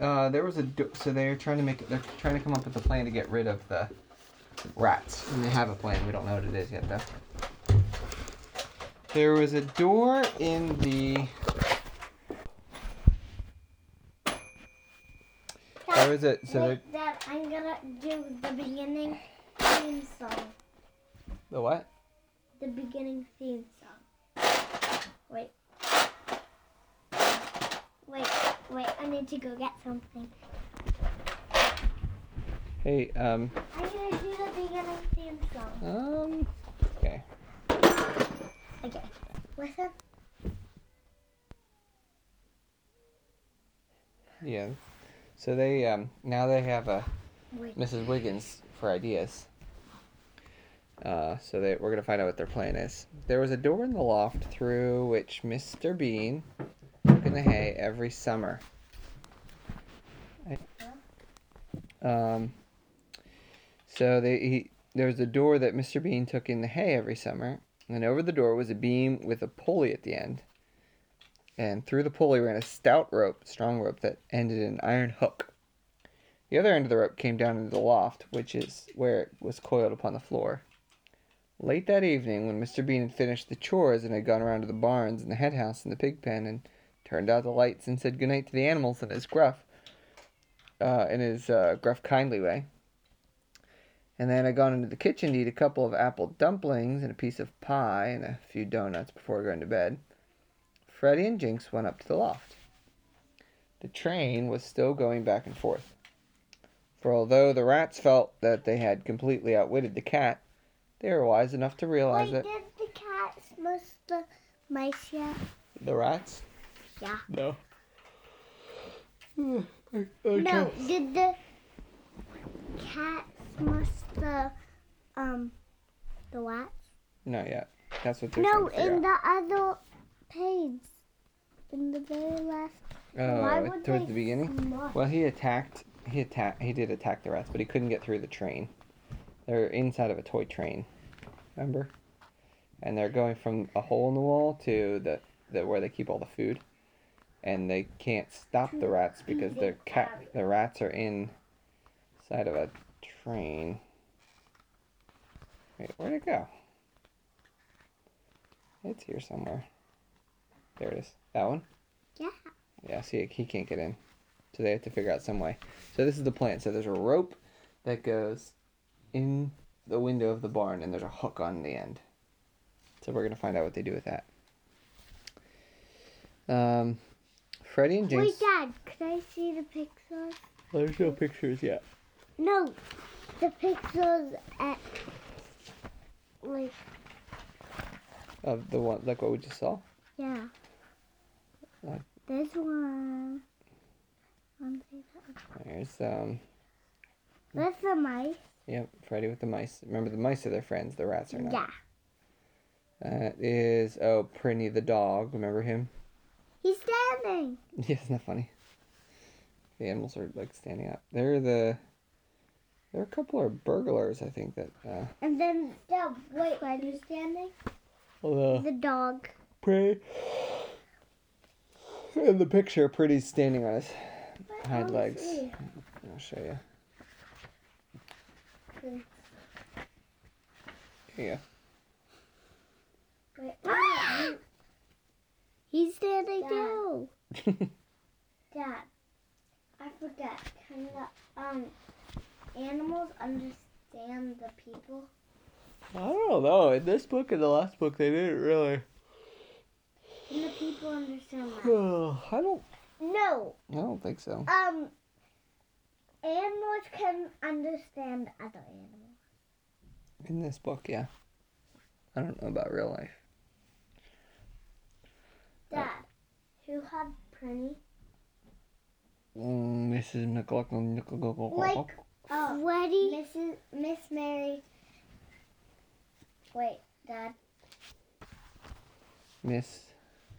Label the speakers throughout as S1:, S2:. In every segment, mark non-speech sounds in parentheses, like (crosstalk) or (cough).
S1: Uh, there was a do- so they're trying to make they're trying to come up with a plan to get rid of the rats, and they have a plan. We don't know what it is yet though. There was a door in the
S2: That-
S1: Or is it- so
S2: wait, that I'm gonna do the beginning theme song.
S1: the what?
S2: The beginning theme song. Wait. Wait, wait, I need to go get something.
S1: Hey, um,
S2: I'm gonna do the beginning theme song.
S1: um, okay.
S2: Okay. Listen.
S1: Yeah. So they um now they have a
S2: Wait.
S1: Mrs. Wiggins for ideas. Uh, so they, we're gonna find out what their plan is. There was a door in the loft through which Mr. Bean took in the hay every summer. I- Um, so they he, there was a door that Mr. Bean took in the hay every summer, and over the door was a beam with a pulley at the end. And through the pulley ran a stout rope, strong rope that ended in an iron hook. The other end of the rope came down into the loft, which is where it was coiled upon the floor. Late that evening, when Mr. Bean had finished the chores and had gone around to the barns and the hen house and the pig pen and turned out the lights and said goodnight to the animals in his gruff, uh, in his uh, gruff kindly way, and then had gone into the kitchen to eat a couple of apple dumplings and a piece of pie and a few donuts before going to bed, Freddie and Jinx went up to the loft. The train was still going back and forth for although the rats felt that they had completely outwitted the cat, they were wise enough to realize
S2: Wait,
S1: that
S2: did the cat smell the mice yet?
S1: the rats.
S2: Yeah. (sighs)
S1: No.
S2: No, did the cat smell the um the what?
S1: Not yet. That's what they're
S2: No,
S1: no, trying to
S2: in
S1: figure
S2: the other page, in the very last. why
S1: out. Oh,
S2: would
S1: towards
S2: they
S1: the beginning.
S2: smell-
S1: Well, he attacked. He attacked. He did attack the rats, but he couldn't get through the train. They're inside of a toy train. Remember? And they're going from a hole in the wall to the, the where they keep all the food, and they can't stop the rats because the cat the rats are in side of a train. Wait, where'd it go? It's here somewhere. There it is. That one.
S2: Yeah.
S1: Yeah, see, he can't get in. So they have to figure out some way. So this is the plan. So there's a rope that goes in the window of the barn, and there's a hook on the end. So we're gonna find out what they do with that. Um, Freddie and Jinx.
S2: Wait, Dad, could I see the pixels?
S1: There's no pictures yet.
S2: No, the pixels at like
S1: Of the one, like what we just saw.
S2: yeah.
S1: What?
S2: This one. Um,
S1: There's um, Hmm.
S2: That's the mice.
S1: yep, Freddie with the mice. Remember, the mice are their friends. The rats are not.
S2: Yeah.
S1: That is oh, Prinny the dog. Remember him?
S2: He's standing.
S1: (laughs) Yeah, isn't that funny? The animals are like standing up. They're the. There are a couple of burglars, I think that. Uh,
S2: And then the wait, Freddy's standing.
S1: Oh, the
S2: The dog.
S1: prey. In the picture, Pretty's standing on his.
S2: But
S1: Hind
S2: I'll
S1: legs.
S2: see.
S1: I'll show you. Here you go.
S2: Wait, wait. He's standing too.
S1: (laughs)
S2: Dad, I forget. Can the um animals understand the people?
S1: I don't know. In this book and the last book, they didn't really.
S2: Can the people understand that?
S1: (sighs) I don't.
S2: No.
S1: I don't think so.
S2: Um, animals can understand other animals.
S1: In this book, yeah. I don't know about real life.
S2: Dad, who had Prinny?
S1: Mm, Mrs. McLaughlin.
S2: Like Oh, Freddy. Mrs. Miss Mary. Wait, Dad.
S1: Miss.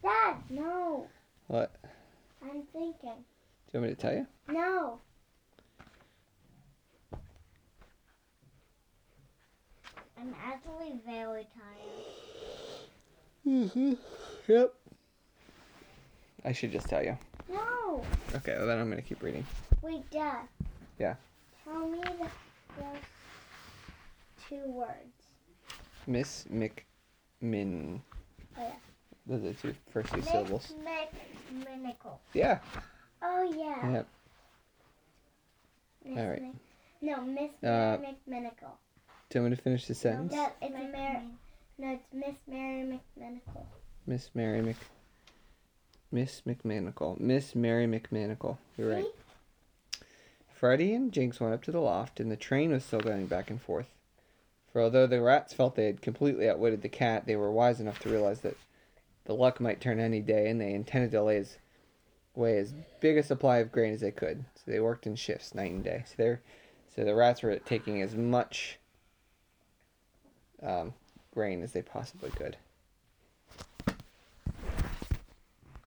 S2: Dad, no.
S1: What?
S2: I'm thinking.
S1: Do you want me to tell you?
S2: No. I'm actually very tired.
S1: Mm-hmm. Yep. I should just tell you.
S2: No.
S1: Okay, well, then I'm gonna keep reading.
S2: Wait, Dad.
S1: Yeah.
S2: Tell me the first two words.
S1: Miss McMin.
S2: Oh, yeah.
S1: Those are the two first two syllables.
S2: Mick, minicle.
S1: Yeah.
S2: Oh yeah.
S1: Yep.
S2: Miss
S1: All right.
S2: Mick- No, Miss
S1: Uh,
S2: Mary McMinicle.
S1: Do you want me to finish the sentence?
S2: No, it's Mary. No, it's Miss Mary McMinicle.
S1: Miss Mary Mc. Miss McManicle. Miss Mary McManicle. You're right. Freddie and Jinx went up to the loft, and the train was still going back and forth. For although the rats felt they had completely outwitted the cat, they were wise enough to realize that the luck might turn any day, and they intended to lay as, away as big a supply of grain as they could. So they worked in shifts, night and day. So they, so the rats were taking as much um, grain as they possibly could.